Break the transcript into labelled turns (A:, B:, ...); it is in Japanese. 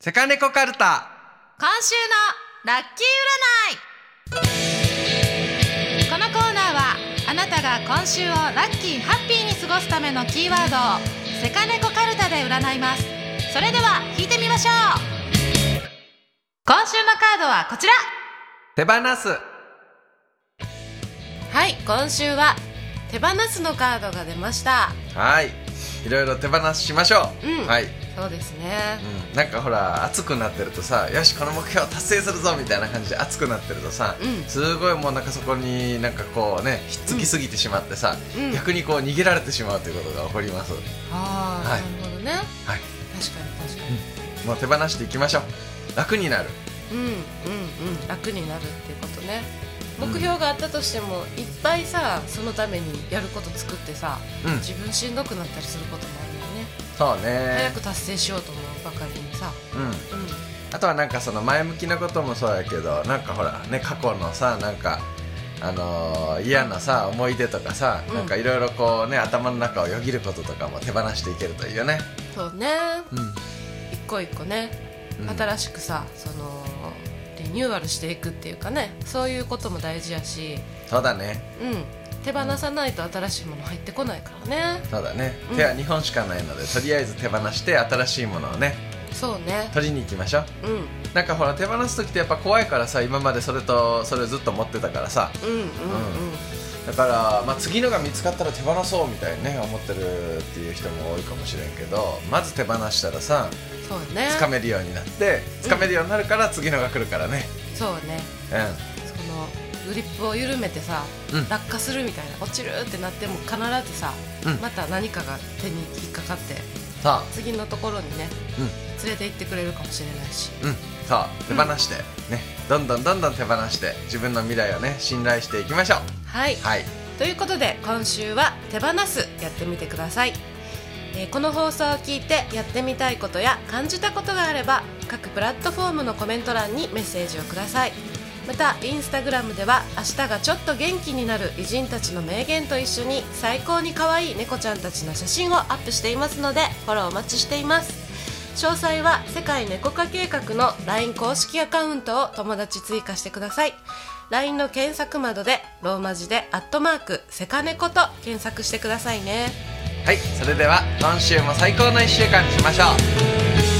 A: セカネコカルタ
B: 今週のラッキー占いこのコーナーはあなたが今週をラッキーハッピーに過ごすためのキーワードをセカネコカルタで占いますそれでは引いてみましょう今週のカードはこちら
A: 手放す
B: はい今週は手放すのカードが出ました
A: はいいろいろ手放ししましょう、
B: うん
A: はい、
B: そうですね
A: うん、なんかほら熱くなってるとさよしこの目標達成するぞみたいな感じで熱くなってるとさ、
B: うん
A: すごいもうなんかそこになんかこうねひっつきすぎてしまってさ、
B: うん
A: 逆にこう逃げられてしまうということが起こりますは
B: ああ、
A: はい
B: なるほどね確
A: い
B: かに確かに
A: もう手放していきましょう楽になる
C: うんうんうん楽になるっていうことね目標があったとしても、いっぱいさそのためにやること作ってさ
A: うん
C: 自分しんどくなったりすることもあるよね、
A: そうね
C: 早く達成しようと思うばかりにさ、
A: うん
C: うん、
A: あとはなんかその前向きなこともそうやけどなんかほらね過去のさなんかあのー嫌なさ思い出とかさ、
C: うん
A: なんかいろいろこうね頭の中をよぎることとかも手放していけるといいよね、
C: そうね一個一個ね
A: うん
C: 新しくさそのリニューアルしていくっていうかねそういうことも大事やし、
A: そうだね
C: うん、手放さないと新しいもの入ってこないからね
A: そうだね、
C: うん
A: 手は2本しかないのでとりあえず手放して新しいものをね
C: そうね
A: 取りに行きましょう
C: うんうん
A: なんかほら手放す時ってやっぱ怖いからさ今までそれとそれずっと持ってたからさ
C: うんうん
A: だから、まあ、次のが見つかったら手放そうみたいにね思ってるっていう人も多いかもしれんけどまず手放したらさ
C: そうね
A: つかめるようになってつかめるようになるから次のが来るからね
C: そうね
A: う
C: そのグリップを緩めてさ、
A: うん
C: 落下するみたいな落ちるってなっても必ずさ、
A: うん
C: また何かが手に引っかかって
A: んさ
C: 次のところにね
A: あう
C: 連れて行ってくれるかもしれないし
A: んうんさあ手放して、ねどんどんどんどん手放して自分の未来をね信頼していきましょう
C: はい
A: はい
C: ということで今週は「手放す」やってみてください、えーこの放送を聞いてやってみたいことや感じたことがあれば各プラットフォームのコメント欄にメッセージをくださいまたインスタグラムでは明日がちょっと元気になる偉人たちの名言と一緒に最高に可愛い猫ちゃんたちの写真をアップしていますのでフォローお待ちしています詳細は世界猫化計画の LINE 公式アカウントを友達追加してください LINE の検索窓でローマ字で「アットマークセカネコ」と検索してくださいね
A: はいそれでは今週も最高の1週間にしましょう